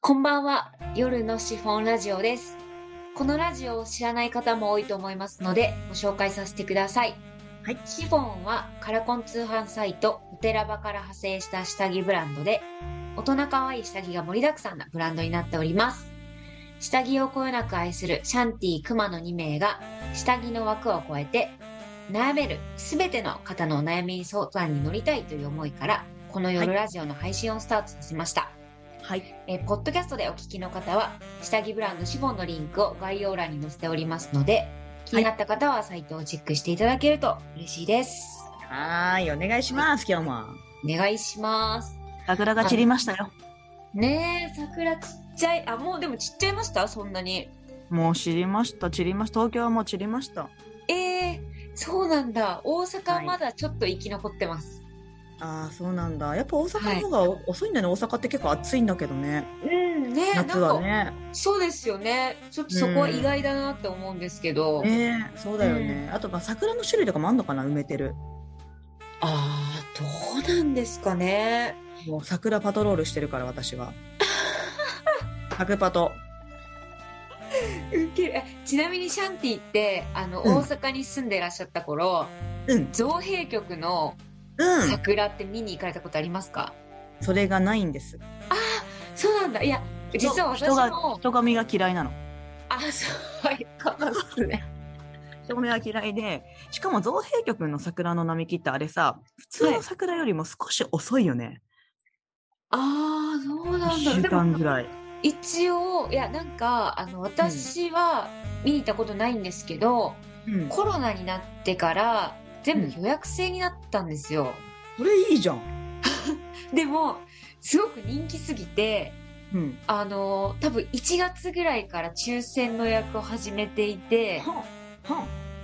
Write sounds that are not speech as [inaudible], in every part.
こんばんは。夜のシフォンラジオです。このラジオを知らない方も多いと思いますので、ご紹介させてください。はい、シフォンはカラコン通販サイト、お寺場から派生した下着ブランドで、大人可愛い下着が盛りだくさんなブランドになっております。下着をこよなく愛するシャンティ熊の2名が、下着の枠を超えて、悩める全ての方のお悩み相談に乗りたいという思いから、この夜ラジオの配信をスタートさせました。はい、えー、ポッドキャストでお聞きの方は、下着ブランドシフォンのリンクを概要欄に載せておりますので、気になった方はサイトをチェックしていただけると嬉しいです。はい、お願いします、今日も。お願いします。桜が散りましたよ。ねえ、桜ちっちゃい。あ、もうでも散っちゃいましたそんなに。もう散りました、散りました。東京はもう散りました。ええー、そうなんだ。大阪まだちょっと生き残ってます。はいああそうなんだやっぱ大阪の方が遅いんだね、はい、大阪って結構暑いんだけどねうんね夏はねそうですよねちょっとそこは意外だなって思うんですけど、うん、ねそうだよね、うん、あとまあ桜の種類とかもあんのかな埋めてるああどうなんですかねもう桜パトロールしてるから私 [laughs] は桜パトウケるちなみにシャンティってあの、うん、大阪に住んでらっしゃった頃、うん、造幣局のうん、桜って見に行かれたことありますかそれがないんですあそうなんだいや実は私も人髪が嫌いなのあそういうことですね人髪が嫌いでしかも造幣局の桜の並木ってあれさ普通の桜よりも少し遅いよね、はい、ああそうなんだ1週間ぐらい一応いやなんかあの私は見に行ったことないんですけど、うん、コロナになってから全部予約制になったんですよ。それいいじゃん。でも、すごく人気すぎて、うん、あの、多分1月ぐらいから抽選の予約を始めていて、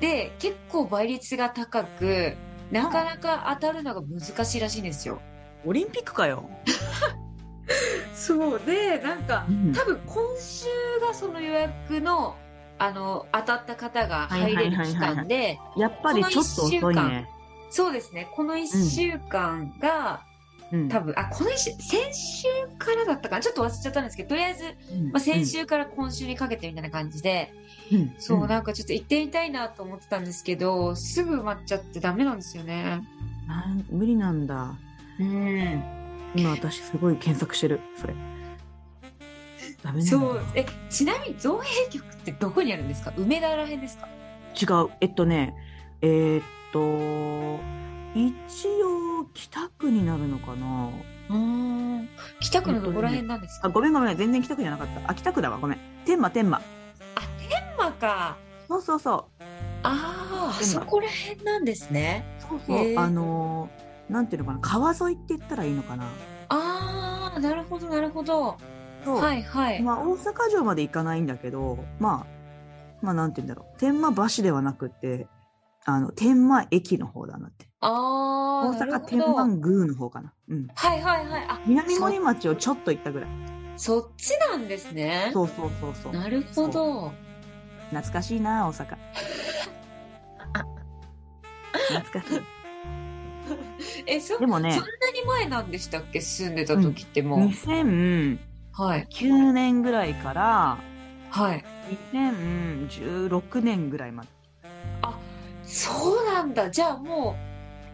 で、結構倍率が高く、なかなか当たるのが難しいらしいんですよ。オリンピックかよ。、そうで、なんか、うん、多分今週がその予約のあの当たった方が入れる期間で、はいはいはいはいやっぱりちょっと遅いねそうですねこの1週間が、うん、多分あこの先週からだったかなちょっと忘れちゃったんですけどとりあえず、うん、まあ、先週から今週にかけてみたいな感じで、うん、そうなんかちょっと行ってみたいなと思ってたんですけど、すぐ埋まっちゃってダメなんですよね無理なんだうん今私すごい検索してるそれ。そうえちなみに造幣局ってどこにあるんですか梅田らへんですか違うえっとねえー、っと一応北区になるのかなうん北区のどこらへんなんですか、ね、あごめんごめん全然北区じゃなかったあ北区だわごめん天満天満あ天満かそうそうそうああそこらへんなんですねそうそうあのー、なんていうのかな川沿いって言ったらいいのかなああなるほどなるほどはいはいまあ、大阪城まで行かないんだけど、まあ、まあなんて言うんだろう天満橋ではなくてあの天満駅の方だなってあ大阪天満宮の方かな、うん、はいはいはいあ南森町をちょっと行ったぐらいそっちなんですねそうそうそうそうなるほど懐かしいな大阪懐かしいえそでもねそんなに前なんでしたっけ住んでた時ってもう、うん、 2000はい、9年ぐらいから、はい、 2016年ぐらいまであそうなんだじゃあも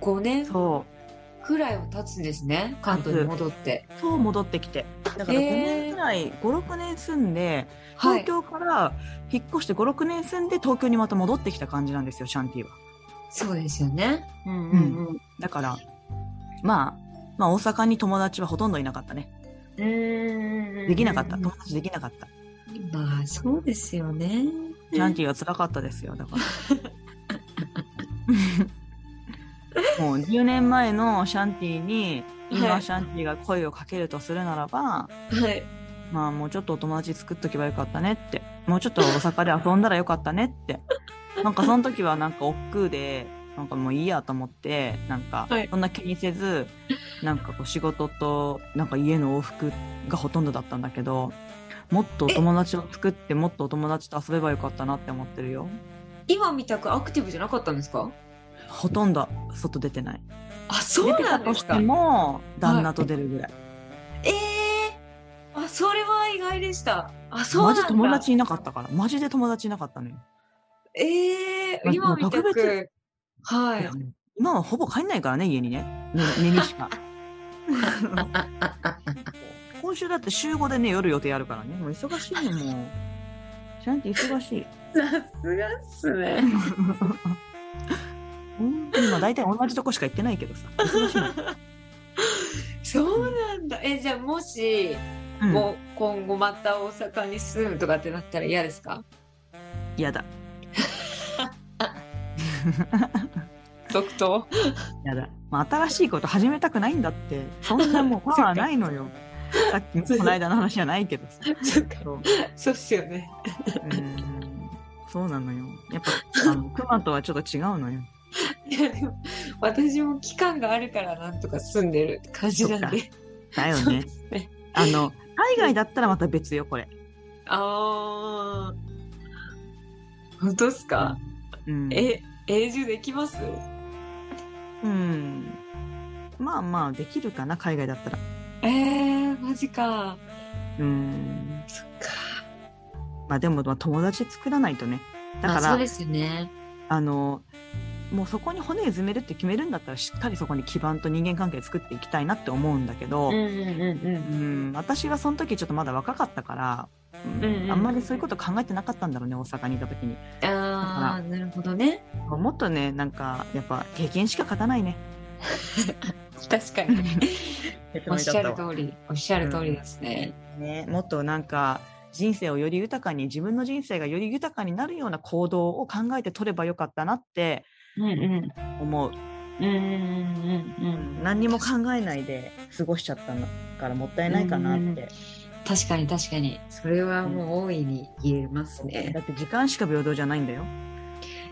う5年ぐらいは経つんですね関東に戻ってそう戻ってきてだから5年ぐらい、えー、56年住んで東京から引っ越して56年住んで東京にまた戻ってきた感じなんですよシャンティは、そうですよね、うん、うんうん、だから、まあ、まあ大阪に友達はほとんどいなかったねうんできなかった。友達できなかった。まあ、そうですよね。ジャンティが辛かったですよ、だから。もう10年前のシャンティに、今シャンティが声をかけるとするならば、はい。まあ、もうちょっとお友達作っとけばよかったねって。もうちょっと大阪で遊んだらよかったねって。 [laughs] なんかその時はなんか億劫で、なんかもういいやと思って、なんか、そんな気にせず、はい、なんかこう仕事と、なんか家の往復がほとんどだったんだけど、もっとお友達を作って、もっとお友達と遊べばよかったなって思ってるよ。今みたくアクティブじゃなかったんですかほとんど外出てない。あ、そうなん、ですか出てたとしても、旦那と出るぐらい。はいええー、あ、それは意外でした。あ、そうなマんだ。ジ友達いなかったから。マジで友達いなかったのよ。ええま今見た特別く。はいいや。今はほぼ帰んないからね、家にね。ね [laughs] 寝にしか。今週だって週5でね、夜予定あるからね。もう忙しいのもう。ちゃんと忙 [laughs] しい。さすがっすね。うん今大体同じとこしか行ってないけどさ。忙しいの。 [laughs] そうなんだ。え、じゃあもし、うんもう今後また大阪に住むとかってなったら嫌ですか [laughs] 嫌だ。即答。やだ。まあ、新しいこと始めたくないんだって。そんなもうパワーない [laughs] のよ。さっきのこの間の話じゃないけどさ。そっかそう [laughs] そうっすよね。うんそうなのよ。やっぱ、あの、熊とはちょっと違うのよ。いやでも私も期間があるからなんとか住んでる感じなんで。だよそうねで。すね。あの、海外だったらまた別よ、これ。あー。本当っすか、うん。え、永住できますうん。まあまあ、できるかな、海外だったら。えー、マジか。うん。そっか。まあでも、まあ、友達作らないとね。だかあら、そうあですよね。の、もうそこに骨詰めるって決めるんだったら、しっかりそこに基盤と人間関係作っていきたいなって思うんだけど、うんうんうんうん。うん、私はその時ちょっとまだ若かったから、うんうんうんあんまりそういうこと考えてなかったんだろうね大阪にいた時にああ、なるほどね。もっとねなんかやっぱ経験しか勝たないね確かに。結おっ論しだゃったるわ通り、おっしゃる通りですね。ねもっとなんか人生をより豊かに自分の人生がより豊かになるような行動を考えて取ればよかったなってうんうん。思う、うんうんうんう。うんん、何にも考えないで過ごしちゃったのからもったいないかなって、うん確かに確かに。それはもう大いに言えますね。だって時間しか平等じゃないんだよ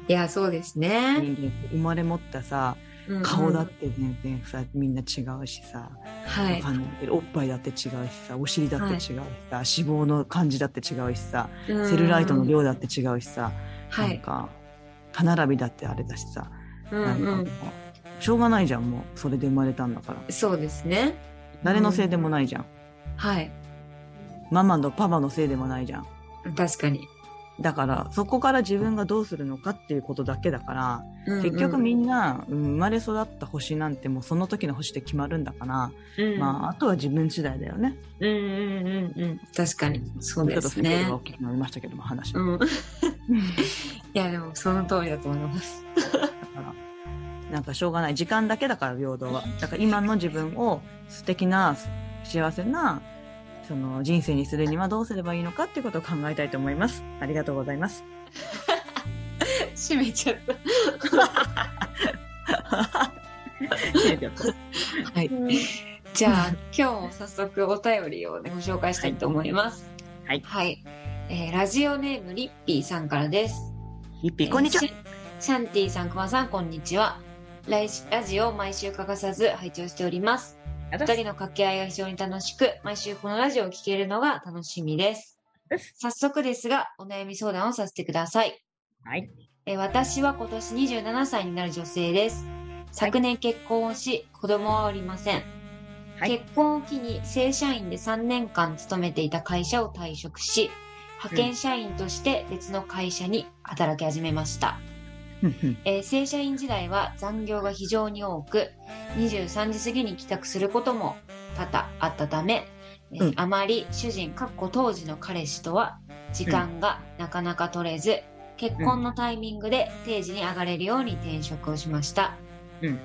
いや、そうですね。人間って生まれ持ったさうんうん顔だっ。て全然さみんな違うしさはわいか。んないけどおっぱいだって違うしさお尻だって違うしさ、脂肪の感じだって違うしさセルライトの量だって違うしさ、はなんい。か歯並びだってあれだしさ、うんなんかう。もうんしょうがないじゃんもうそれで生まれたんだからそうですね。誰のせいでもないじゃん、はい。ママのパパのせいでもないじゃん確かに。だからそこから自分がどうするのかっていうことだけだから、うんうん結局みんな、うん生まれ育った星なんてもうその時の星で決まるんだから、うんまああとは自分次第だよねうんうんうんうん。確かに。そうでちょっとすスケールねが。大きくなりましたけども話は、うん。 [laughs] いや、でもその通りだと思います。だからなんかしょうがない時間だけだから平等はだから今の自分を素敵な幸せなその人生にするにはどうすればいいのかっていうことを考えたいと思いますありがとうございます [laughs] 閉めちゃった。はい。じゃあ、今日も早速お便りをね、ご紹介したいと思います。はいはい。えーラジオネームリッピーさんからです。リッピーこんにちはえーシシャンティさん、くまさん、こんにちは。来しラジオを毎週欠かさず拝聴しております。二人の掛け合いが非常に楽しく、毎週このラジオを聴けるのが楽しみですです。早速ですが、お悩み相談をさせてください。はいえー私は今年27歳になる女性です。昨年結婚をし、子供はおりません。はい結婚を機に正社員で3年間勤めていた会社を退職し、派遣社員として別の会社に働き始めました。えー正社員時代は残業が非常に多く、23時過ぎに帰宅することも多々あったため、えーうんあまり主人、かっこ当時の彼氏とは時間がなかなか取れず、結婚のタイミングで定時に上がれるように転職をしました。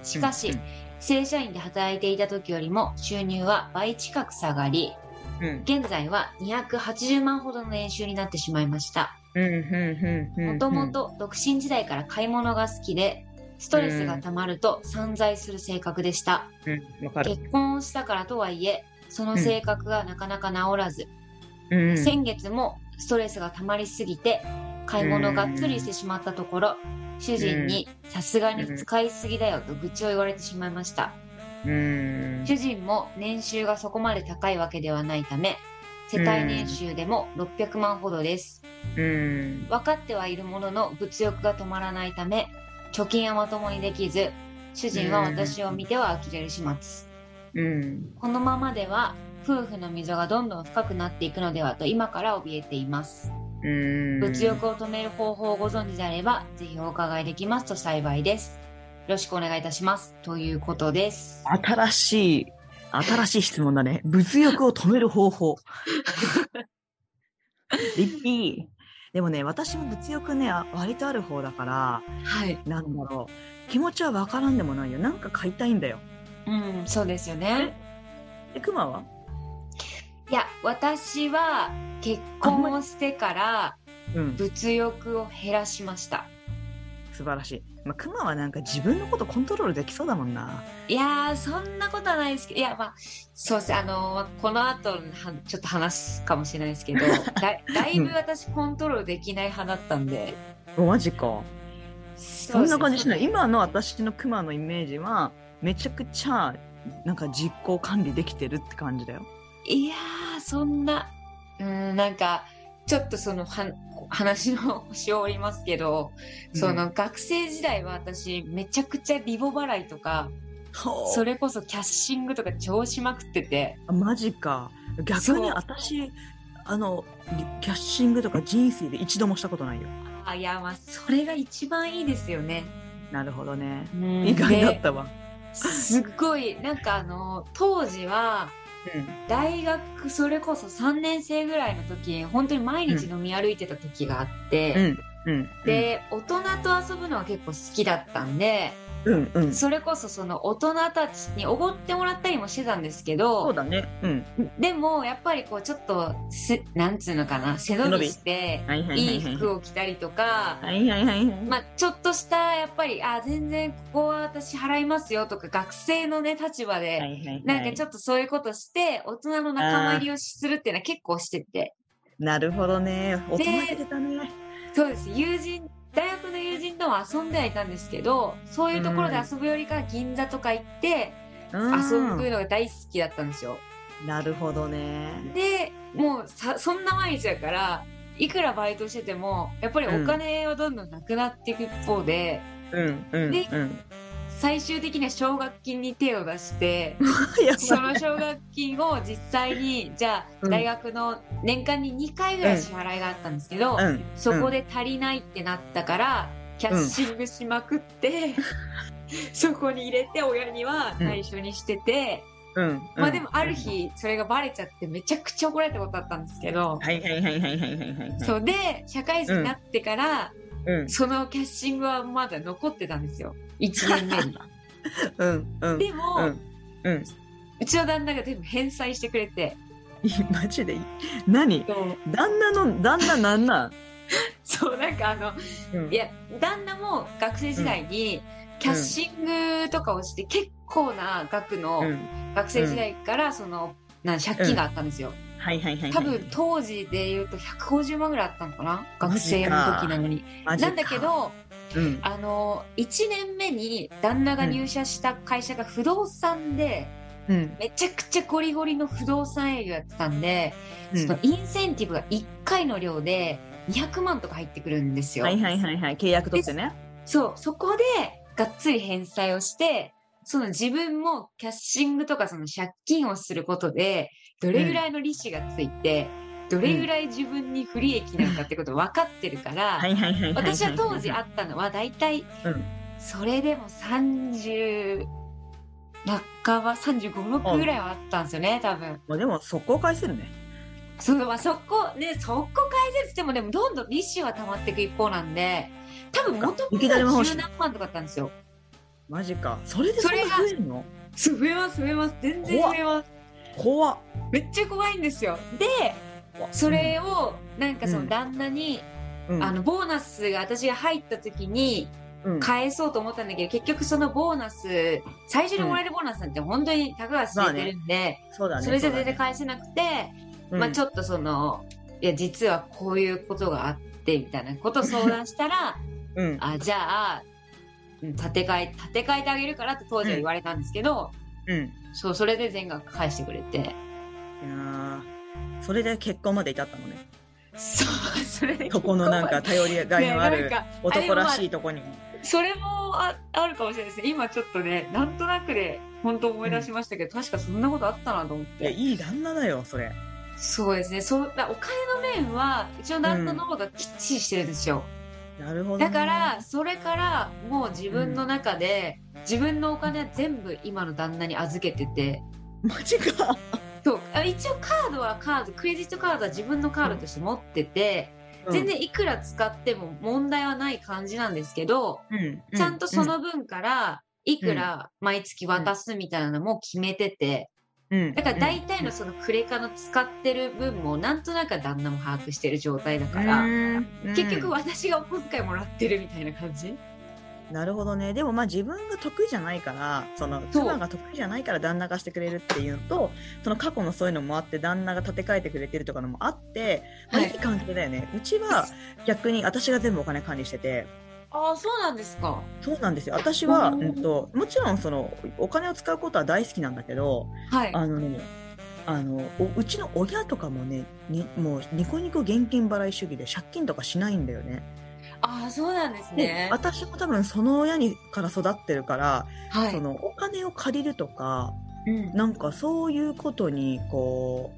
しかし正社員で働いていた時よりも収入は倍近く下がり、うんうん現在は280万ほどの年収になってしまいました。うんうんうんうんもともと独身時代から買い物が好きで、ストレスが溜まると散財する性格でした。うんわかる結婚をしたからとはいえ、その性格がなかなか治らず、うん先月もストレスが溜まりすぎて、買い物がっつりしてしまったところ、主人にさすがに使いすぎだよと愚痴を言われてしまいました。うん主人も年収がそこまで高いわけではないため世帯年収でも600万ほどですうん分かってはいるものの物欲が止まらないため貯金はまともにできず主人は私を見ては呆れる始末うんこのままでは夫婦の溝がどんどん深くなっていくのではと今から怯えています。うん物欲を止める方法をご存知であれば、ぜひお伺いできますと幸いです。よろしくお願いいたします。ということです。新しい、新しい質問だ [laughs] ね。物欲を止める方法。 [laughs] リッピー。でもね、私も物欲ね、あ割とある方だから、はい。なんだろう。気持ちはわからんでもないよ。なんか買いたいんだよ。うん、そうですよね。え、クマはいや、私は結婚をしてからうん。物欲を減らしました。素晴らしい。まあ、クマはなんか自分のことコントロールできそうだもんな。いやー、そんなことはないですけど、いや、まあ、そうですね、あのーこの後は、ちょっと話すかもしれないです [laughs] けど、だだいぶ私コントロールできない派だったんで、おマジか。そ。そんな感じしないい。今の私のクマのイメージは、めちゃくちゃ、なんか実行管理できてるって感じだよ。いやー、そんな、うーん、なんか、ちょっとその、は話のしおりますけど、その、学生時代は私、めちゃくちゃリボ払いとか、ほう、それこそキャッシングとか調子まくってて、あマジか。逆そうに私、あの、リキャッシングとか人生で一度もしたことないよ。あ、いや、まあ、それが一番いいですよね。なるほどね。うん意外だでったわ。すっごいなんかあの当時は大学それこそ3年生ぐらいの時本当に毎日飲み歩いてた時があって、うん。うん。で大人と遊ぶのは結構好きだったんでうん、うん。うん。それこそその大人たちにおごってもらったりもしてたんですけどそうだね。うん。でもやっぱりこうちょっとせなんつうのかな背伸びしてはいはいはいいいはい。服を着たりとか。はいはいはいはい。まあ、ちょっとしたやっぱりあ全然ここは私払いますよとか学生のね立場ではいはいはいなんかちょっとそういうことして、大人の仲間入りをするっていうのは結構してて。なるほどね。大人げてたね。そうです。友人、大学の友人とも遊んではいたんですけど、そういうところで遊ぶよりかは銀座とか行って、遊うんぶのが大好きだったんですよ。なるほどね。で、もうさ、そんな毎日だから、いくらバイトしてても、やっぱりお金はどんどんなくなっていく一方で、うんうん [laughs] でうん。最終的には奨学金に手を出して、やそばいの奨学金を実際に、じゃうあ、ん大学の年間に2回ぐらい支払いがあったんですけど、うんそこで足りないってなったから、キャッシングしまくって、 [laughs] そこに入れて親には内緒にしてて、うんうんまあでもある日、それがバレちゃってめちゃくちゃ怒られたことあったんですけど、はいはいはいはいはいはいはいそうで、社会人になってから、うんそのキャッシングはまだ残ってたんですよ。1年目 [laughs] に。うんうんでも、ううんうんちの旦那が全部返済してくれて、いいマジでいい何旦那の旦那なんなんそう、なんかあの、いや、旦那も学生時代に、キャッシングとかをして、結構な額の、うん学生時代から、その、なん借金があったんですよ。はいはいはいはい多分、当時で言うと150万ぐらいあったのかな学生の時なのに。マジなかんだけど、うんあの、1年目に旦那が入社した会社が不動産で、うんめちゃくちゃゴリゴリの不動産営業やってたんで、うんそのインセンティブが1回の量で200万とか入ってくるんですよ。はいはいはいはい契約取ってねそう、そこで、がっつり返済をして、その自分もキャッシングとかその借金をすることで、どれぐらいの利子がついて、どれぐらい自分に不利益なのかってことを分かってるから、はいはいはいいいい私は当時あったのは大体うん、それでも30、半ば35、6ぐらいはあったんですよね、多分。まあでも速攻返せるねそのまあ、そこ、ね、そこ改善しても、でもどんどん利子は溜まっていく一方なんで、多分元いきなりも々欲しい十何万とかだったんですよ。マジかそれでそんなそれが増えるのそう増えます増えます全然怖っ増えます怖っめっちゃ怖いんですよでそれをなんかそうのん旦那に、うんあのボーナスが私が入った時にうん返そうと思ったんだけど結局そのボーナス最初にもらえるボーナスなんて本当に高が知れてるんで、そうだねそれじゃうだ全ね然返せなくて、うんまあちょっとそのいや実はこういうことがあってみたいなことを相談したらうんあじゃあうん建て替え建て替えてあげるからって当時は言われたんですけど、うんそうそれで全額返してくれて。いやーそれで結婚まで至ったのねそう、それでそこのなんか頼りがいのあね [laughs] るなんか男らしいとこにそれもああるかもしれないですね。今ちょっとね、なんとなくで、本当思い出しましたけど、確かそんなことあったなと思っいや、て。いい旦那だよ、それ。そうですね。そう、だお金の面は、うちの旦那の方がきっちりしてるんですよ。なるほどね。だから、それから、もう自分の中で、自分のお金は全部今の旦那に預けてて、マジか。そう、あ一応カードはカード、クレジットカードは自分のカードとして持ってて、 [laughs] 全然いくら使っても問題はない感じなんですけど、うん、うん、ちゃんとその分から、いくら毎月渡すみたいなのも決めてて、うん、うん、だから大体のそのクレカの使ってる分も、なんとなく旦那も把握してる状態だから、うん結局私がお小遣いもらってるみたいな感じ。なるほどね。でもまあ自分が得意じゃないから、そのそう妻が得意じゃないから旦那がしてくれるっていうのと、その過去のそういうのもあって、旦那が立て替えてくれてるとかのもあって、まあ、はいいい関係だよね。うちは逆に私が全部お金管理してて、ああ、そうなんですか。そうなんですよ。私は、おうーんと、もちろんそのお金を使うことは大好きなんだけど、はい。あのね、あのおうちの親とかもねにもうニコニコ現金払い主義で借金とかしないんだよねああ、そうなんですでね。私も多分その親にから育ってるから、はいそ。のお金を借りるとかうんなんかそういうことにこ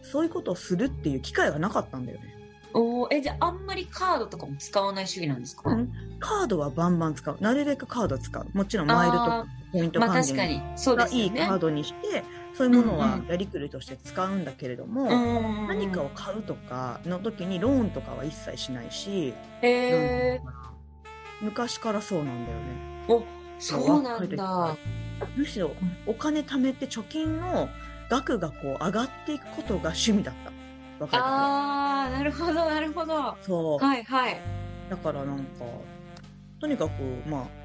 うそういうことをするっていう機会がなかったんだよね、おーえ、じゃああんまりカードとかも使わない主義なんですか、カードはバンバン使うなるべくカード使うもちろんマイルとあかポイントまあ還確元かに、そうでがすいよいねカー。ドにして、そういうものうはんやりくりとして使うんだけれども、うん何かを買うとかの時にローンとかは一切しないし、へえ昔からそうなんだよね。そうなんだ。むしろお金貯めて貯金の額がこう上がっていくことが趣味だった。若い時ああ、なるほど、なるほど。そう、はいはい。だからなんか、とにかくまあ、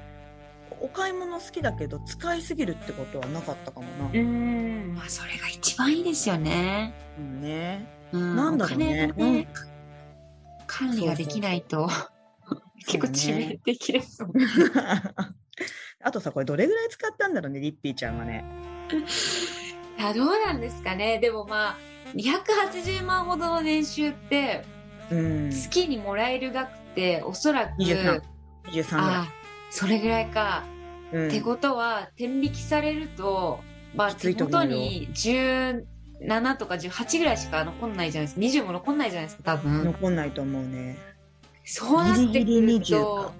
お買い物好きだけど使いすぎるってことはなかったかもな。うん、まあそれが一番いいですよね。うん、ね。 [laughs] うなんだろうねお金のね管理ができないと、結構致命的ですもん。あとさ、これどれぐらい使ったんだろうね、リッピーちゃんはね。いや、どうなんですかね。でもまあ、280万ほどの年収って、うん。月にもらえる額って、おそらく、 23 23ぐらい。あそれぐらいか。うんってことは、天引きされると、まあ、きつ手いと思う元よに17とか18ぐらいしか残んないじゃないですか。20も残んないじゃないですか、多分。残んないと思うね。そうなってくるギリギリ20とか、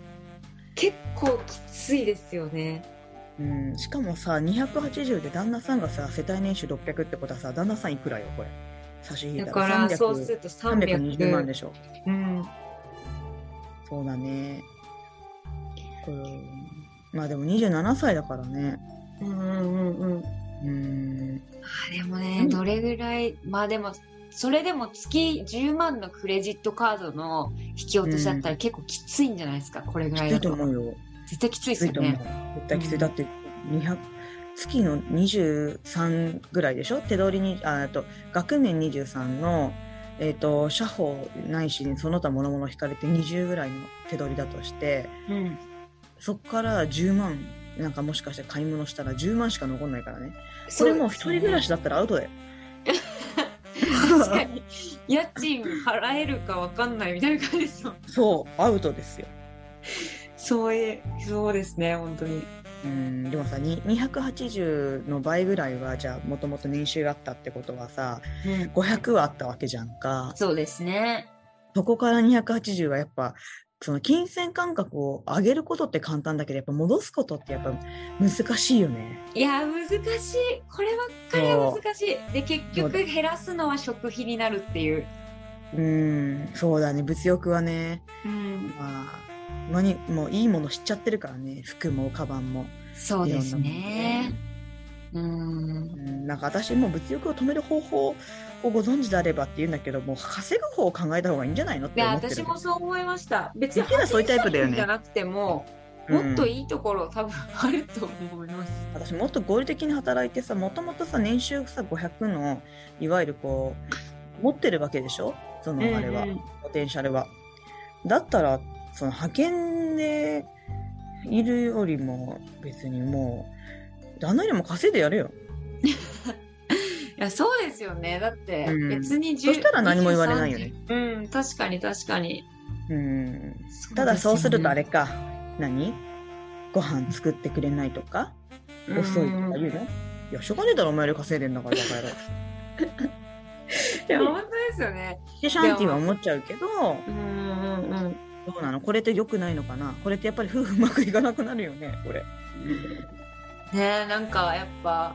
結構きついですよね。うん、しかもさ、280で旦那さんがさ、世帯年収600ってことはさ、旦那さんいくらよ、これ。差し引いだたからら、 300そうすると300。 320万でしょ。うん。そうだね。うんまあでも27歳だからね。うんうんうんうん。うん。あでもね、うんどれぐらい、まあでも、それでも月10万のクレジットカードの引き落としだったら結構きついんじゃないですか、これぐきらついだいとと。思うよ。絶対きついできつすいとよ思う。ね。絶対きつうい。んだって、200、月の23ぐらいでしょ手取りに、ああと、額面23の、えっ、と、社保ないし、その他諸々引かれて20ぐらいの手取りだとして、うん。そっから10万、なんかもしかして買い物したら10万しか残んないからね。そこれもうです一よね人暮らしだったらアウトだよ。確かに家賃払えるかわかんないみたいな感じですよ [laughs] そう、アウトですよ。そういうそうですね本当にうん、でもさ、に280の倍ぐらいは、じゃあ、もともと年収があったってことはさ、うん500はあったわけじゃんか。そうですねそこから280はやっぱ、その金銭感覚を上げることって簡単だけど、やっぱ戻すことってやっぱ難しいよね。いや難しいこればっかりは難しいで結そう局減らすのは食費になるっていううん、そうだね、物欲はね。うんまあ、まにもういいもの知っちゃってるからね、服もカバンも。そうですいろんなものねねうんうんなんか私も物欲を止める方法をご存知であればって言うんだけどもう稼ぐ方を考えた方がいいんじゃないのっいてや思ってる私もそう思いました別に池田そういうタイプだよねじゃなくても、もっといいところ多分あると思いますうん私もっと合理的に働いてさもともとさ年収さ500のいわゆるこう持ってるわけでしょそのあれは、うんうんポテンシャルはだったらその派遣でいるよりも別にもう旦那よりも稼いでやるよいや、そうですよね。だって、うん別に10そしたら何も言われないよね。 23うん、確かに確かに。うんただそうするとあれか何ご飯作ってくれないとか遅いとか言うのいやしょうがねえだろお前より稼いでんだからバカ野郎いや本当 [laughs] ですよねでシャンティは思っちゃうけどうんうんうんどうなのこれって良くないのかなこれってやっぱり夫婦うまくいかなくなるよねこれ、ねえなんかやっぱ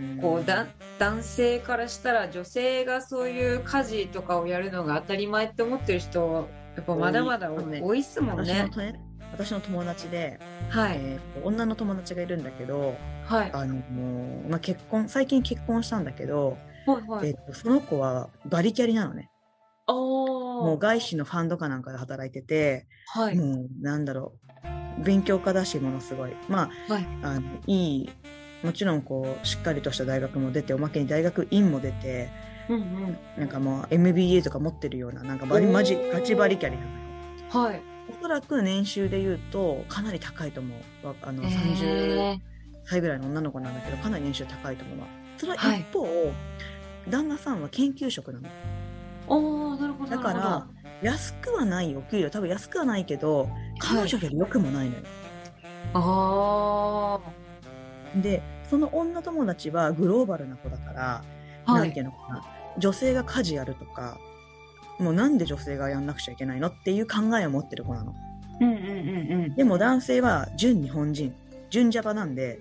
うんこうだ男性からしたら女性がそういう家事とかをやるのが当たり前って思ってる人はやっぱまだまだ多いね多いっすもん私のね。とね私の友達で、はいえー女の友達がいるんだけどはいあのもうまあ、結婚最近結婚したんだけど、はいはえい。っとその子はバリキャリなのねもおうー外資のファンドかなんかで働いてて、はいもうなんだろう勉強家だしものすごいまあ,、はいあのいいもちろんこうしっかりとした大学も出ておまけに大学院も出てうんうんなんかもう MBA とか持ってるようななんかバリおーマジガチバリキャリなのよはい。おそらく年収で言うとかなり高いと思うわあの30え歳ぐらいの女の子なんだけどかなり年収高いと思うわそれははい一方、旦那さんは研究職なのーおーなるほどなだるほかど。ら安くはないお給料多分安くはないけど彼女より良くもないのよ、あでその女友達はグローバルな子だから、あはなんてい。いうのかな女性が家事やるとかもうなんで女性がやんなくちゃいけないのっていう考えを持ってる子なのうんうんうんうん。でも男性は純日本人純ジャパなんで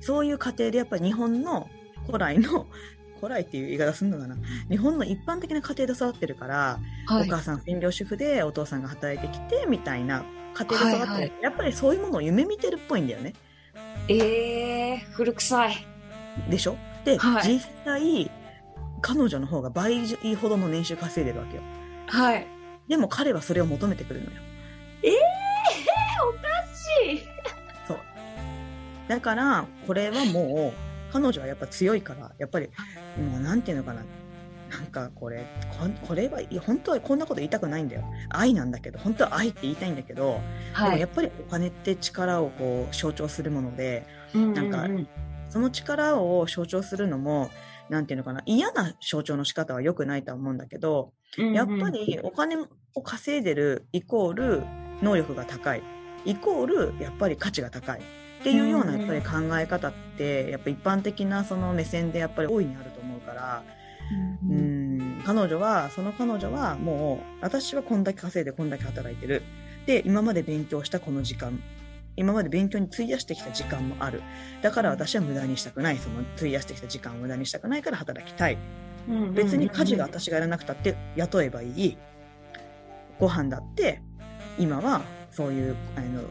そういう家庭でやっぱり日本の古来の [laughs] 古来っていう言い方すんのかな日本の一般的な家庭で育ってるから、はおい。母さん専業主婦でお父さんが働いてきてみたいな家庭で育ってる、はいはいやっぱりそういうものを夢見てるっぽいんだよねえー古臭い。でしょで、はい実際彼女の方が倍以ほどの年収稼いでるわけよはい。でも彼はそれを求めてくるのよそうだからこれはもう彼女はやっぱ強いからやっぱりもうなんていうのかななんかこれこんこれはいや本当はこんなこと言いたくないんだよ愛なんだけど本当は愛って言いたいんだけど、ではもいや。っぱりお金って力をこう象徴するものでなんかうううんその力を象徴するのもなんていうのかな嫌な象徴の仕方は良くないとは思うんだけど、やっぱりお金を稼いでるイコール能力が高いイコールやっぱり価値が高いっていうよううなんうんやっぱり考え方ってやっぱ一般的なその目線でやっぱり大いにあると思うからうんううんん彼女はその彼女はもう私はこんだけ稼いでこんだけ働いてるで今まで勉強したこの時間今まで勉強に費やしてきた時間もあるだから私は無駄にしたくないその費やしてきた時間を無駄にしたくないから働きたい別に家事が私がやらなくたって雇えばいいご飯だって今はそういうあの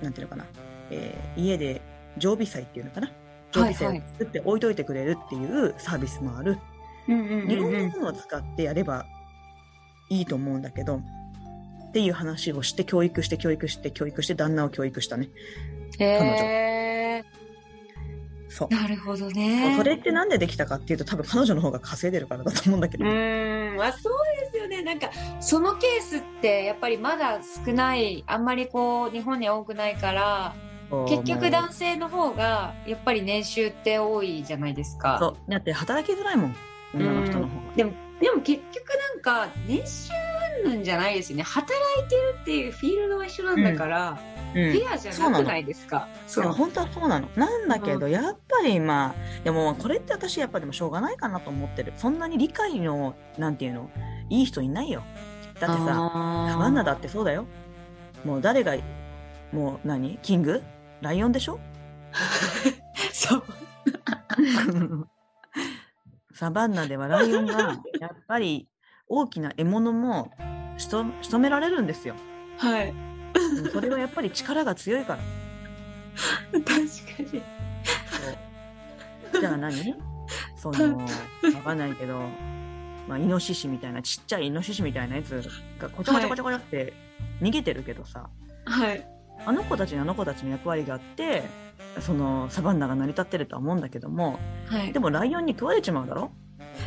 なんていうのかな、えー家で常備菜っていうのかな常備は菜いをは作って置いといてくれるっていうサービスもある、うんうんうんいろんなものを使ってやればいいと思うんだけどっていう話をして教育して教育して教育して旦那を教育したねへそうーなるほどね。それってなんでできたかっていうと多分彼女の方が稼いでるからだと思うんだけうど、ーん、まあそうですよね。なんかそのケースってやっぱりまだ少ない、あんまりこう日本には多くないから、結局男性の方がやっぱり年収って多いじゃないですか。そうだって働きづらいもん女の人の方が。でもでも結局なんか年収なんじゃないですよね。働いてるっていうフィールドは一緒なんだから、うんフェアじゃなくないですか。そでもう。本当はそうなのなんだけど、やっぱりまあでもこれって私やっぱでもしょうがないかなと思ってるそんなに理解のなんていうのいい人いないよだってさあーサバンナだってそうだよもう誰がもう何キングライオンでし [laughs] ょそう。サバンナではライオンがやっぱり大きな獲物もしと仕留められるんですよはい。でもそれはやっぱり力が強いから確かに。そう。 [laughs] じゃあ何そ [laughs] の、わかんないけど、まあ、イノシシみたいな、ちっちゃいイノシシみたいなやつが、こちょこちょこちょこちょって逃げてるけどさ、はい。あの子たちにあの子たちの役割があって、その、サバンナが成り立ってるとは思うんだけども、はいで。もライオンに食われちまうだろ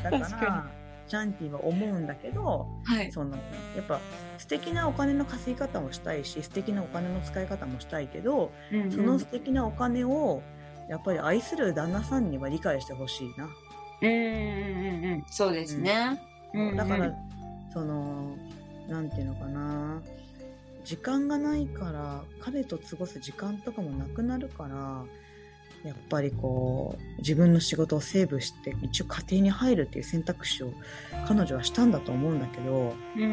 だから、シ確かャンティは思うんだけど、はい。そのやっぱ素敵なお金の稼ぎ方もしたいし素敵なお金の使い方もしたいけど、うんその素敵なお金をやっぱり愛する旦那さんには理解してほしいうな、んうんうんうんうん、そうですね。うんうんだからそのなんていうのかな時間がないから彼と過ごす時間とかもなくなるからやっぱりこう自分の仕事をセーブして一応家庭に入るっていう選択肢を彼女はしたんだと思うんだけど、うんうん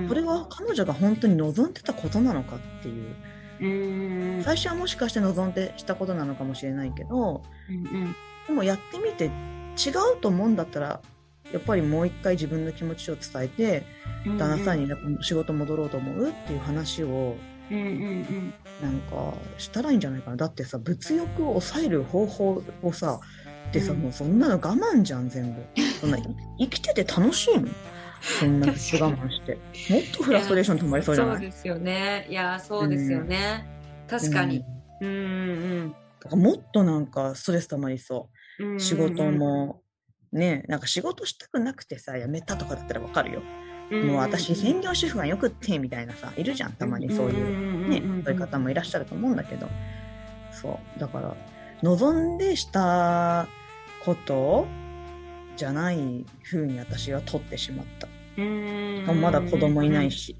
うん、これは彼女が本当に望んでたことなのかっていううん最初はもしかして望んでしたことなのかもしれないけどうんうんでもやってみて違うと思うんだったらやっぱりもう一回自分の気持ちを伝えてうん旦那さんに仕事戻ろうと思うっていう話をうんうんなんかしたらいいんじゃないかなだってさ物欲を抑える方法をさでさ、うんもうそんなの我慢じゃん全部そんない生きてて楽しいのそんなずっと我慢してもっとフラストレーション溜まうんりそうじゃそうないですよねいやそうですよね、確かに、うんうんだからもっとなんかストレス溜まりそうんうんうんう仕事もねなんか仕事したくなくてさ辞めたとかだったらわかるよ、もう私専業主婦がよくってみたいなさいるじゃんたまにそういう、うね、んんんんそういう方もいらっしゃると思うんだけど、そう、だから、望んでしたことじゃない風に私は取ってしまった。うんうんうんまだ子供いないし、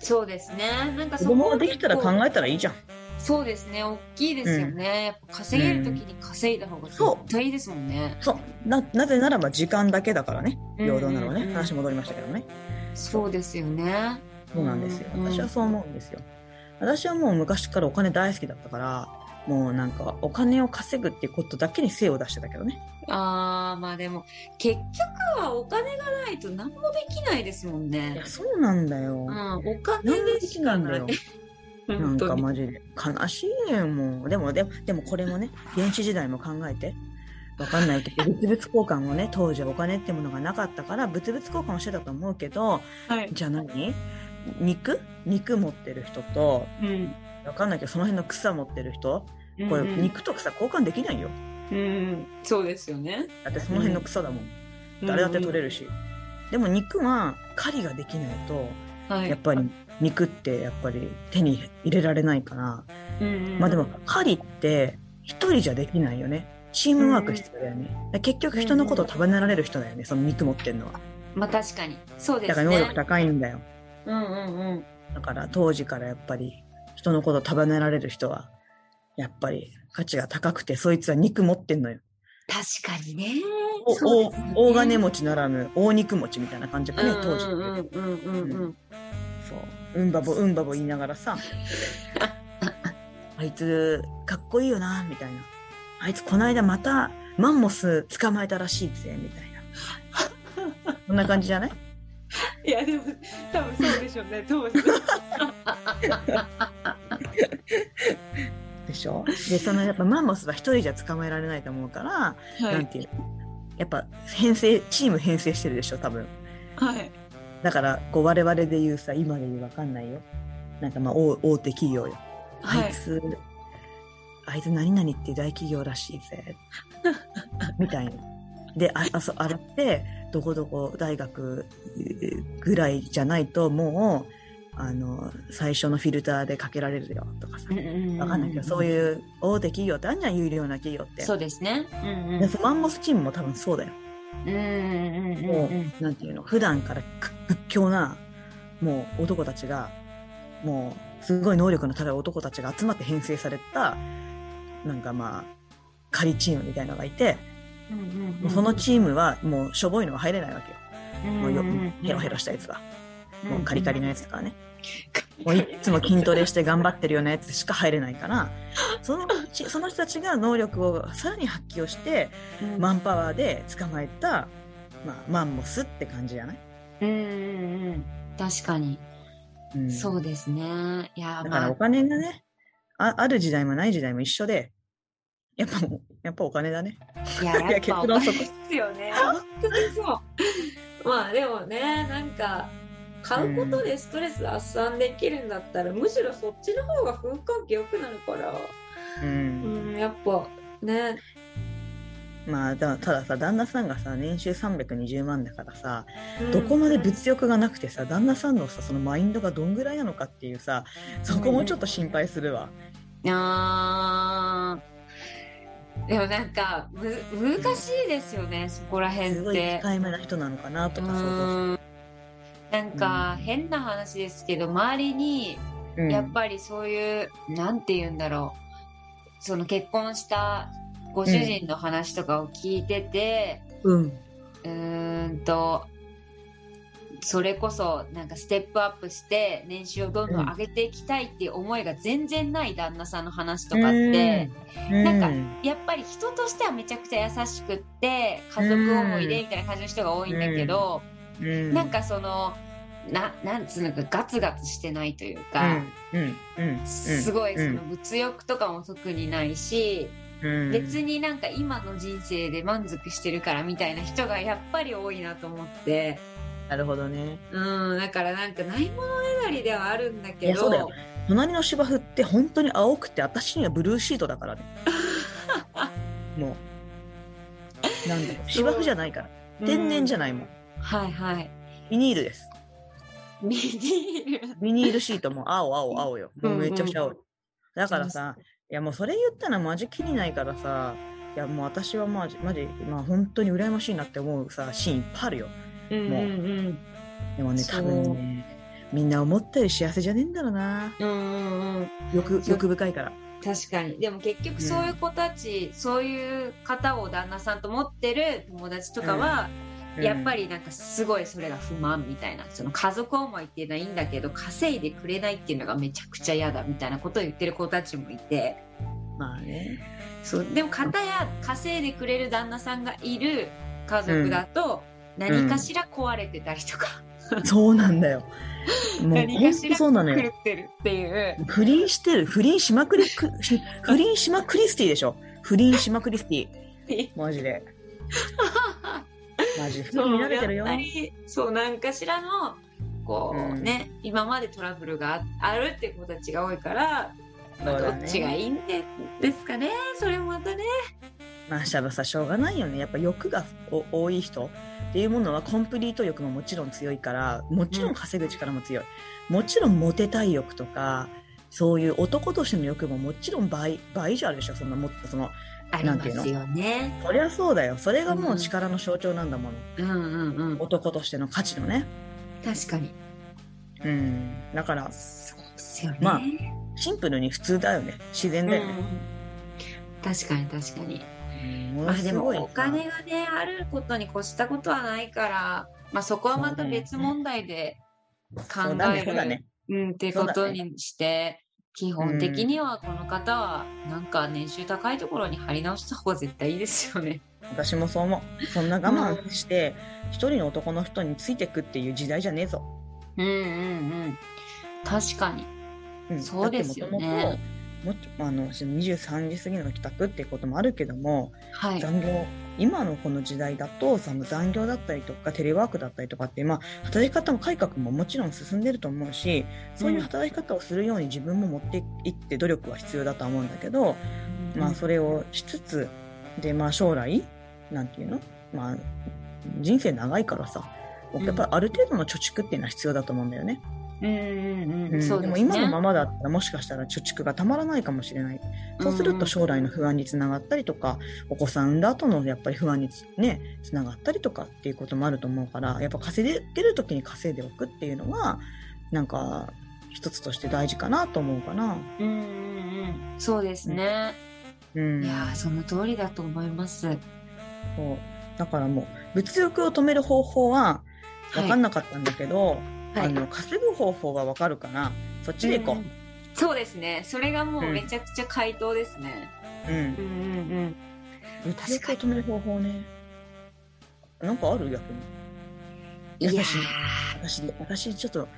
そうですねなんか子そ供こができたら考えたらいいじゃん。そうですね大きいですよね、やっぱ稼げる時に稼いだ方が絶対いいですもんね、そう、な、なぜならば時間だけだからね。平等なのうんうんうね。ん話戻りましたけどね。そうですよねそうなんですよ。うん私はそう思うんですよ。私はもう昔からお金大好きだったから、もうなんかお金を稼ぐっていうことだけに精を出してたけどね。あーまあでも結局はお金がないと何もできないですもんいねや、、そうなんだよ。うなんん、お金ででできしなかいんだないよ。な本ん当かにマジで悲しいねもうでもでもでもこれもね原始時代も考えてわかんないけど物々交換をね当時はお金ってものがなかったから物々交換をしてたと思うけどはい、じゃあ何肉肉持ってる人とうんわかんないけどその辺の草持ってる人うんこれうん肉と草交換できないようんうん、そうですよねだってその辺の草だもん誰だって取れる、るしでも肉は狩りができないとはいやっぱり肉ってやっぱり手に入れられないからうんうんまあでも狩りって一人じゃできないよね。チームワーク必要だよね。結局人のことを束ねられる人だよね、その肉持ってるのは。まあ確かにそうでだすかねら能力高いんだよ。うんうんうんだから当時からやっぱり人のことを束ねられる人は、やっぱり価値が高くて、そいつは肉持ってんのよ。確かにねおそうおですよね大金持ちならぬ大肉持ちみたいな感じかね、当時って。うんうんうんうんうんそう。うんばぼうんばぼ言いながらさ、あいつかっこいいよな、みたいな。あいつこの間またマンモス捕まえたらしいぜ、みたいな。こんな感じじゃないいやでも多分そうでしょう [laughs] ね当時でしょで、そのやっぱマンモスは一人じゃ捕まえられないと思うから、はなんていうのやっぱ編成、チーム編成してるでしょ、多分。はいだから、こう我々で言うさ、今で言うわかんないよ。なんかまあ大大手企業よ。あはいいつ、あいつ何々っていう大企業らしい [laughs] ぜ。みたいな。で、あ、あそう、あれって、どこどこ大学えーぐらいじゃないと、もう、あの、最初のフィルターでかけられるよとかさ。わかんないけど、そうういう大手企業ってあるじゃん、有料な企業って。そうですねうんでそのマンモスチームも多分そうだよ。うんうんうんもうんうんう、なんていうの、普段から屈強な、もう男たちが、もう、すごい能力の高い男たちが集まって編成された、なんかまあ、仮チームみたいなのがいて、うんもうそのチームはもうしょぼいのは入れないわけよ。もうよヘロヘロしたやつが。もうカリカリのやつとかね。もういつも筋トレして頑張ってるようなやつしか入れないから、そのちその人たちが能力をさらに発揮をして、マンパワーで捕まえた、まあ、マンモスって感じじゃない、うんうんうん確かにうんそうですねいやだかまらあお金がね、あある時代もない時代も一緒で、やっぱ、やっぱお金だね。いや、やっぱお金 [laughs] いや結論そこですよね。本当にそう。まあでもね、なんか、買うことでストレス発散できるんだったら、むしろそっちの方が夫婦関係良くなるから、う。うんん、やっぱ、ね、まあ、だたださ、旦那さんがさ、年収320万だからさ、うんどこまで物欲がなくてさ、旦那さんのさ、そのマインドがどんぐらいなのかっていうさ、そこもちょっと心配するわ。あーでもなんか、む、難しいですよね、そこら辺すっごいて。控えめな人なのかなとか想像しなんか変な話ですけど周りにうんやっぱりそういう、なんて言うんだろう。その結婚したご主人の話とかを聞いてて、うん。うーんと、それこそなんかステップアップして年収をどんどん上げていきたいっていう思いが全然ない旦那さんの話とかって、うん、なんかやっぱり人としてはめちゃくちゃ優しくって家族思いでみたいな感じの人が多いんだけど、うん、なんかそのななんつうのかガツガツしてないといううか、ん、うん、うん、すごいそうんの物欲とかも特にないし、うん、別になんか今の人生で満足してるからみたいな人がやっぱり多いなと思ってなるほどね。うんだからなんかないものねだりではあるんだいけやそうだよど隣の芝生って本当に青くて私にはブルーシートだから [laughs] ねもうなんだろう芝生じゃないから天然じゃない、ないもんうんはいはいビニールですビニールビニールシートも青青青よもうめちゃくちゃ青い、うんだからさいやもうそれ言ったらマジきりないからさいやもう私はマジマジまあ本当に羨ましいなって思うさシーンいっぱいあるようんうんでもねそ多う分ねみんな思ったより幸せじゃねえんだろうなうんうんうんうん欲欲深いから確かにでも結局そういう子たち、そういう方を旦那さんと持ってる友達とかは、やっぱりりなんかすごいそれが不満みたいなその家族思いっていうのはいいんだけど稼いでくれないっていうのがめちゃくちゃ嫌だみたいなことを言ってる子たちもいてまあねそうでも片や稼いでくれる旦那さんがいる家族だと何かしら壊れてたりとか、そうなんだよもう何かし本当らそうなのよ狂ってるっていう。不倫してる。不倫しまくり、く [laughs] し不倫しまクリスティでしょ。不倫しまクリスティ。マジで。マジで。不そ倫うにられてるよ。やっぱりそうなんかしらのこう、うんね今までトラブルがああるっていう子たちが多いから、まそあ、うどだねっちがいいんでですかねそれもまたねまあ、しゃぶさ、しょうがないよね。やっぱ欲がお多い人っていうものはコンプリート欲ももちろん強いから、もちろん稼ぐ力も強い。もちろんモテたい欲とか、そういう男としての欲ももちろん倍、倍以上あるでしょ。そんなもっとその、ありますよねそりゃそうだよ。それがもう力の象徴なんだもうの。んうんうん男としての価値のね。確かにうん。だから、そうですよね、まあシンプルに普通だよね自然だようね、ん確かに確かにうんまあでもおさ金がねあることに越したことはないからまあそこはまた別問題で考そうだえねそうだねるうん、ってそうだことねにして、基本的にはこの方は、なんか年収高いところに張り直した方が絶対いいですよね。私もそう思うそんな我慢して一人の男の人についてくっていう時代じゃねえぞ、うんうんうん。確かに。うん、そうですよねだってもともともっとあの23時過ぎの帰宅っていうこともあるけどもはい。残業今のこの時代だとその残業だったりとかテレワークだったりとかって、まあ、働き方の改革ももちろん進んでると思うしそういう働き方をするように自分も持っていって努力は必要だとは思うんだけど、まあ、それをしつつで、まあ、将来なんていうの、まあ、人生長いからさうんやっぱりある程度の貯蓄っていうのは必要だと思うんだよね。うんうんうん。うんそうでですもね。今のままだったらもしかしたら貯蓄がたまらないかもしれない。そうすると将来の不安につながったりとか、お子さん産んだ後のやっぱり不安につ,、ね、つながったりとかっていうこともあると思うから、やっぱ稼いでる時に稼いでおくっていうのは、なんか一つとして大事かなと思うかな。うんうんうん。そうですね。うん。いやーその通りだと思います。はそうだからもう物欲を止める方法は分かんなかったんだけど、い。はあいの稼ぐ方法が分かるからそっちでいこう、うううんんんそうですね。それがもううんめちゃくちゃ回答ですね。うんうんうん。物欲を止める方法ねなんかある逆にいやー優しい私私ちょっと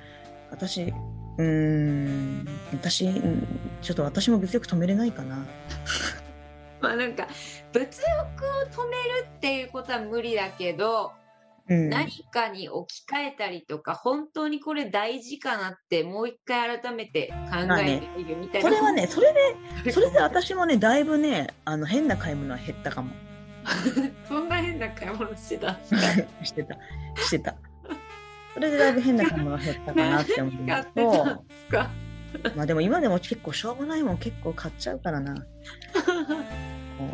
私うーん私うんちょっと私も物欲止めれないかなまあなんか物欲を止めるっていうことは無理だけど、うん何かに置き換えたりとか本当にこれ大事かなってもう一回改めて考まあえねてみるみたいな、それはねそれ [laughs] でそれで私もねだいぶねあの変な買い物は減ったかも [laughs] そんな変な買い物してたしてたしてたそれでだいぶ変な買い物が減ったかなって思う [laughs] 買のってたんとですかまあでも今でも結構しょうもないもん結構買っちゃうからなも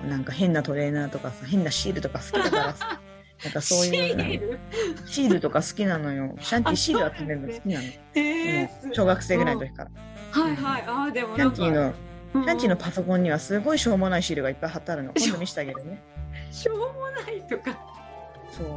うなんか変なトレーナーとかさ変なシールとか好きだからさなんかそういうのシールシールとか好きなのよシャンティシール集めるの好きなのえーもう小学生ぐらいの時からはいはい。ああ、でもキなんャンか。ティーのうんキャンティのパソコンにはすごいしょうもない資料がいっぱい貼ってあるの。今度見せてあげるね。しょうもないとか。そう。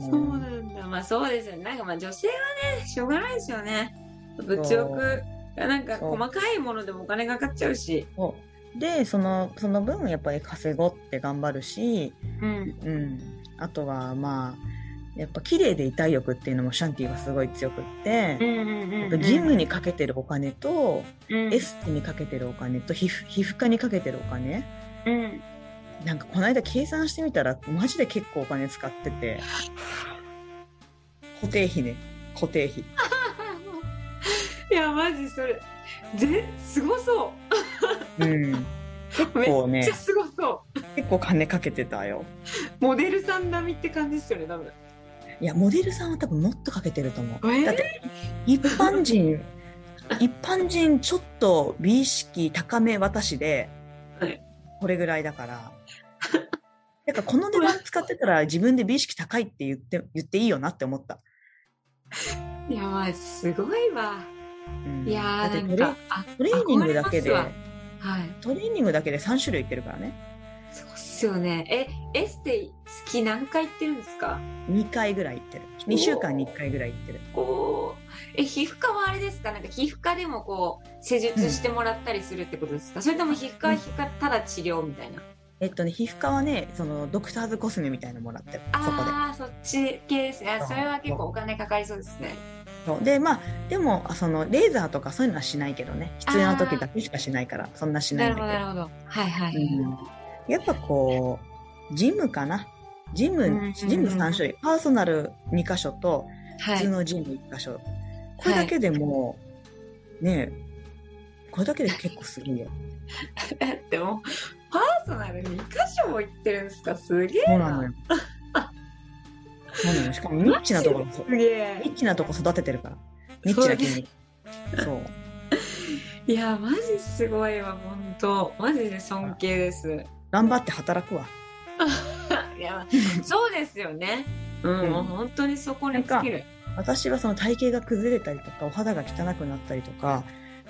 そそううなのなんだ。まあそうですよね。なんかまあ女性はね、しょうがないですよね。物欲がなんかそう細かいものでもお金がかかっちゃうし。そうで、その、その分やっぱり稼ごうって頑張るし、うん。うん。あとはまあ、やっぱ綺麗でいたい欲っていうのもシャンティはすごい強くって、んうんやっぱジムにかけてるお金と、うんエステにかけてるお金と皮膚皮膚科にかけてるお金うん。なんかこの間計算してみたらマジで結構お金使ってて固定費ね固定費いや、マジそれ。ぜ、すごそうんう。めこうっちねゃすごそ結構金かけてたよう。モデルさん並みって感じですよね、多分。いやモデルさんは多分もっとかけてると思う、えーだって一 [laughs] 般人一般人ちょっと美意識高め私ではいこれぐらい [laughs] だからなんかこの値段使ってたら自分で美意識高いって言って言っていいよなって思った、いや、まあすごいわ。うんいやだってー、なトんレか、あ、トレーニングだけで憧れますはい。トレーニングだけで3種類いってるからねそうっすよね。え、エステ月何回行ってるんですか2回ぐらい行ってるおー2週間に1回ぐらい行ってるおーえ、皮膚科はあれですかなんか皮膚科でもこう、施術してもらったりするってことですか、それとも皮膚科は皮膚科ただ治療みたいな。えっとね皮膚科はねそのドクターズコスメみたいのもらってるそこでああ、そっち系ですね。あそれは結構お金かかりそうですね。そうでまあでもあそのレーザーとかそういうのはしないけどね必要な時だけしかしないからそんなしなないるんほど、なるだほど。はいはけい。ど、うん、やっぱこうジムかなジム、うんジム3種類パーソナル2箇所とは普通 [laughs] い。のジム1箇所、これだけでも、ねえこれだけで結構すごいよだってもう、パーソナル2箇所も行ってるんですかすげそえうなのなよ。そうなのよ。しかもニッチなところ、すげえニ。ッチなとこ育ててるから。ニッチな筋肉。そう。いや、マジすごいわ、ほんと。マジで尊敬です。 [laughs] 頑張って働くわ。いや、そうですよね。うん、うんもう本当にそこに尽きる。私はその体型が崩れたりとか、お肌が汚くなったりとか、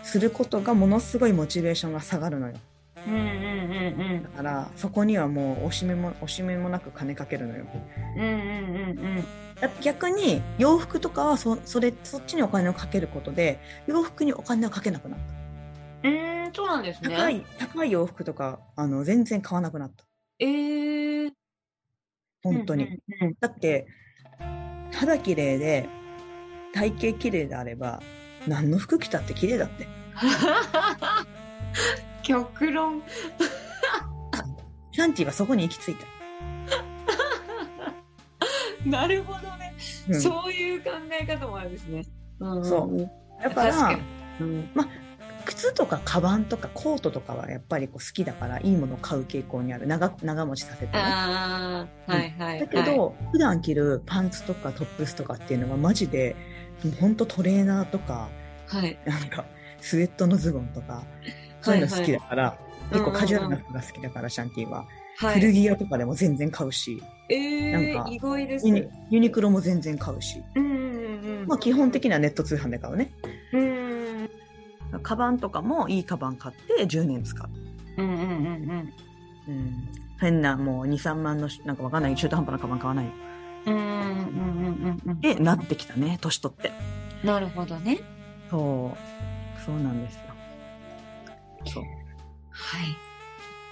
することがものすごいモチベーションが下がるのよ。うんうんうんだから、そこにはもう惜しみも、惜しみもなく金かけるのよ。うん。うんうんうんだって逆に、洋服とかはそ、それ、そっちにお金をかけることで、洋服にお金をかけなくなっうん。うーん、そうなんですた。ね。高い、高い洋服とか、あの、全然買わなくなった。えー、本当に。うんうんだって肌綺麗で体型綺麗であれば何の服着たって綺麗だってうん極論。シャンティはそこに行き着いた、なるほどね、うんそういう考え方もあるんですね。うんんそうだから確かにうん。靴とかカバンとかコートとかはやっぱりこう好きだからいいものを買う傾向にある長長持ちさせてねああ、はいはい、はい。だけど、普段着るパンツとかトップスとかっていうのはマジで本当トレーナーとかはい。なんかスウェットのズボンとかそういうの好きだから、結構カジュアルなうんうん服が好きだからシャンティは、うん。はい、古着屋とかでも全然買うしえなんー、か意外です。ユニユニクロも全然買うし、うんうんうん。まあ、基本的にはネット通販で買うねうんうんカバンとかもいいカバン買って10年使う。うんうんうんうん変なもう2、3万のし、なんかわかんない中途半端なカバン買わないよ。うん。うんうんうんうんうん。で、なってきたね、年取って。なるほどね。そう。そうなんですよ。そう。はい。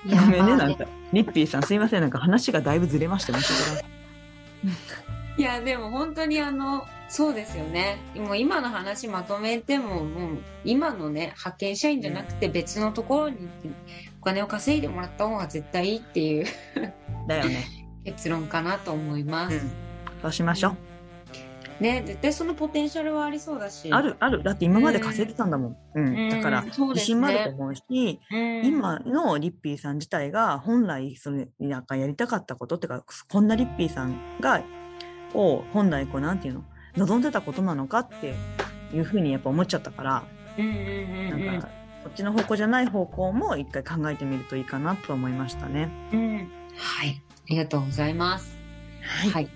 いごめんまね、あなんか。リッピーさん、すいません。なんか話がだいぶずれましたね。いや、でも本当にあの、そうですよね。もう今の話まとめても、もう今のね、派遣社員じゃなくて別のところに行って、お金を稼いでもらった方が絶対いいっていう [laughs] だよね。結論かなと思います。そうしましょう。ね、絶対そのポテンシャルはありそうだし。あ。る、ある。だって今まで稼いでたんだもん。うん。うんだから、そう自です信もあるとね。思うし、うん今のリッピーさん自体が本来それなんかやりたかったことってかこんなリッピーさんがを本来こうなんていうの望んでたことなのかっていうふうにやっぱ思っちゃったからうんうんなうんんかこっちの方向じゃない方向も一回考えてみるといいかなと思いましたね。うん。うん。はい。ありがとうございます。はいはい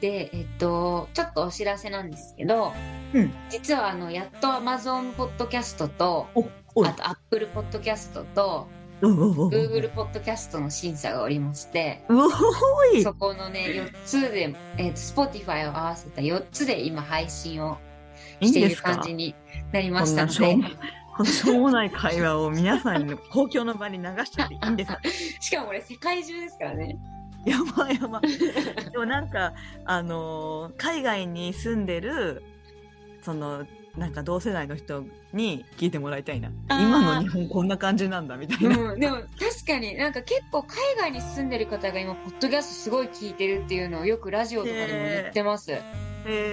で、えっと、ちょっとお知らせなんですけど、うん実はあのやっと Amazon ポッドキャストとおおいあと Apple ポッドキャストとおうおうおう Google ポッドキャストの審査がおりましてうおいそこのね4つで、えっと Spotify を合わせた4つで今配信をいいしんていでるすか感じになりましたのこんなしょうでもこのしょうもない会話を皆さんに公共の場に流してていいんですか [laughs] しかもこれ世界中ですからね [laughs] やばいやばいでもなんかあのー海外に住んでるそのなんか同世代の人に聞いてもらいたいなあー今の日本こんな感じなんだみたいな、うん、でも確かになんか結構海外に住んでる方が今ポッドキャストすごい聞いてるっていうのをよくラジオとかでも言ってます、え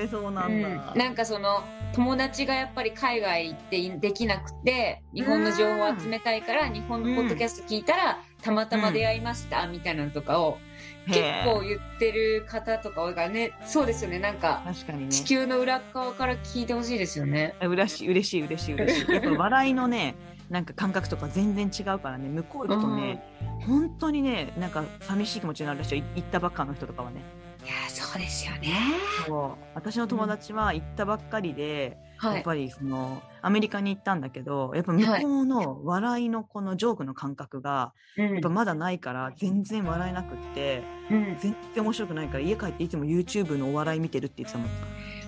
ー、そうなうんんだ、なんかその友達がやっぱり海外行ってできなくて日本の情報を集めたいから日本のポッドキャスト聞いたらたまたま出会いましたみたいなのとかを結へー構言ってる方とかがねそうですよねなんか確かにね地球の裏側から聞いてほしいですよね。嬉しい嬉しい嬉しい嬉しいやっぱ笑いのねなんか感覚とか全然違うからね向こう行くとね、本当にねなんか寂しい気持ちになるでしょい行ったばっかの人とかはねいやーそうですよね。そう私の友達は行ったばっかりで、はやっい。ぱりそのアメリカに行ったんだけどやっぱ向こうの笑いのこのジョークの感覚がうんやっぱまだないから全然笑えなくってうん、全然面白くないから家帰っていつも YouTube のお笑い見てるって言ってたもん。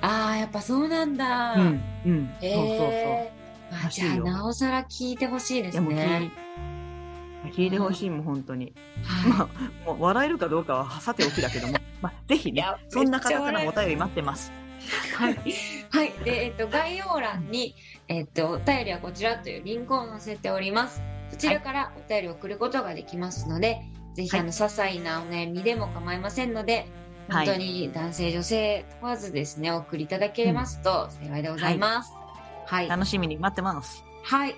ああやっぱそうなんだ。うん、うん、へそうそうそう。えまあらしじゃあいよなおさら聞いてほしいでいすやもうね。聞い聞いてほしいもん本当に。はいまあ、もう笑えるかどうかはさておきだけ [laughs] ども、まあ、ぜひいねや、そんな方めっかちゃ笑らえもるお便り待ってます。はい、はい、で、えっと、概要欄に、えっと、お便りはこちらというリンクを載せております。そちらからお便りを送ることができますので、ぜひ、はいあの、些細なお悩みでも構いませんので、は本い当に男性、女性問わずですね、お送りいただけますと幸いでございます。はい、はい、楽しみに待ってます。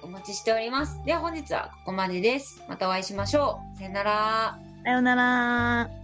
お待ちしております。では、本日はここまでです。またお会いしましょう。さよなら。さようなら。